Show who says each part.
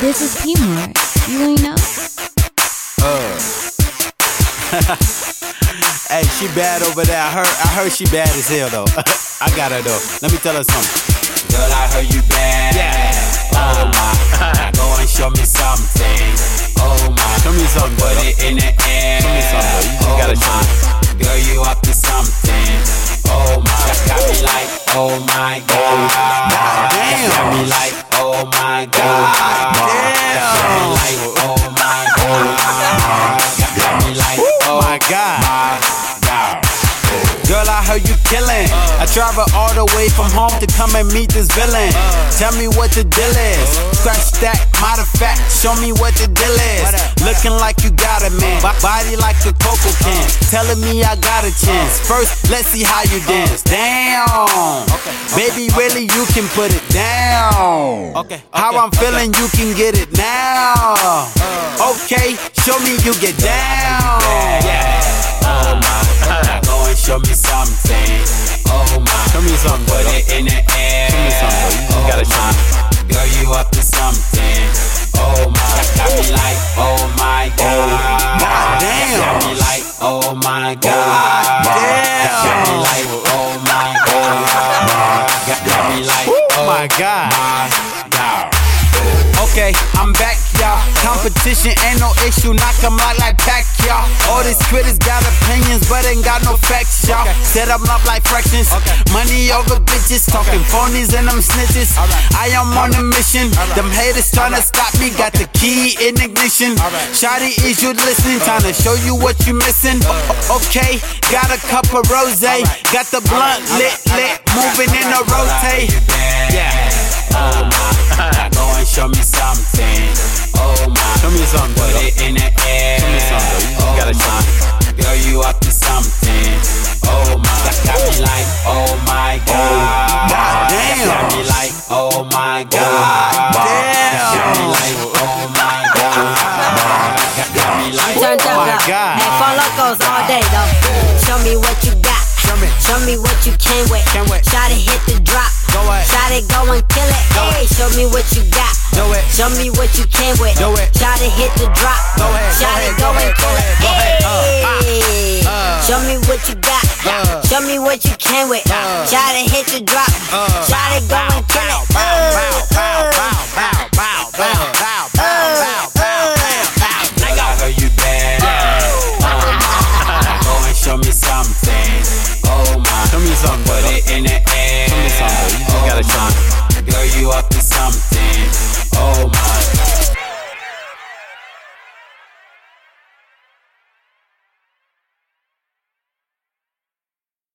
Speaker 1: This is P-Mars. You ain't know?
Speaker 2: Uh. hey, she bad over there. I heard, I heard she bad as hell though. I got her though. Let me tell her something.
Speaker 3: Girl, I heard you bad.
Speaker 2: Yeah.
Speaker 3: Oh my. Go and show me something. Oh my.
Speaker 2: Show me something.
Speaker 3: Put
Speaker 2: though.
Speaker 3: it in the air.
Speaker 2: Show me something. You just
Speaker 3: oh
Speaker 2: gotta show
Speaker 3: my. Girl, you up to something. Oh my. That got me like, oh my god. That got me like, oh my god. That got me like, oh my god. That got me like,
Speaker 2: Oh my god. Girl, I heard you killing. I travel all the way from home to come and meet this villain. Tell me what the deal is. Scratch that, matter of fact, show me what the deal is. Looking like you got it, man. Bo- Body like a cocoa can. Telling me I got a chance. First, let's see how you dance. Damn. Baby, really, you can put it down.
Speaker 3: Okay,
Speaker 2: How
Speaker 3: okay, Uh.
Speaker 2: I'm feeling, you can get it now. Okay, show me you get down.
Speaker 3: Yeah. Oh my. Go and show me something. Oh my.
Speaker 2: Show me something,
Speaker 3: Put
Speaker 2: though.
Speaker 3: it in the air.
Speaker 2: Show me something, though. You just
Speaker 3: oh
Speaker 2: gotta show
Speaker 3: my. Girl, you up to something. Oh my. Got me like, oh my god.
Speaker 2: damn.
Speaker 3: Got me like, oh my god.
Speaker 2: damn.
Speaker 3: Got me like, oh my god. Got me like,
Speaker 2: Oh
Speaker 3: oh
Speaker 2: my god.
Speaker 3: my god.
Speaker 2: Okay, I'm back, y'all. Competition ain't no issue, knock 'em out like pack, y'all. All these critics got opinions, but ain't got no facts, y'all. Set 'em up like fractions. Money over bitches, talking phonies and them snitches. I am on a mission, them haters tryna stop me. Got the key in ignition. Shotty, is you listening? Tryna show you what you missing. O- Okay, got a cup of rose, got the blunt lit, lit, moving in a rotate.
Speaker 3: Yeah. Oh my. Go and show me something. Oh my.
Speaker 2: Show me something,
Speaker 3: Put
Speaker 2: though.
Speaker 3: it in the air.
Speaker 2: Show me something, though. You just
Speaker 3: oh
Speaker 2: gotta show
Speaker 3: my. Girl, you up to something. Oh my. That got me like, oh my god. That
Speaker 2: damn.
Speaker 3: got me like, oh my god. That got me
Speaker 2: damn.
Speaker 3: like, oh my god. That got me like,
Speaker 4: turned up
Speaker 2: Oh my
Speaker 4: though.
Speaker 2: God.
Speaker 4: Had four locos all day though. Show me what you got. Show
Speaker 2: me.
Speaker 4: Show me what you came with.
Speaker 2: Came with.
Speaker 4: Try to hit the drop.
Speaker 2: Go it.
Speaker 4: Try to go and kill it.
Speaker 2: Go
Speaker 4: Hey, show me what you got.
Speaker 2: Do it.
Speaker 4: Show me what you came with.
Speaker 2: Do it.
Speaker 4: Try to hit the drop.
Speaker 2: Go ahead, go
Speaker 4: Try to
Speaker 2: ahead, go
Speaker 4: go and
Speaker 2: ahead, go
Speaker 4: kill it.
Speaker 2: ahead, go ahead.
Speaker 4: Hey. Show me what you got.
Speaker 2: Uh.
Speaker 4: Show me what you came with. Try to hit the drop.
Speaker 2: Uh.
Speaker 4: Try to go and kill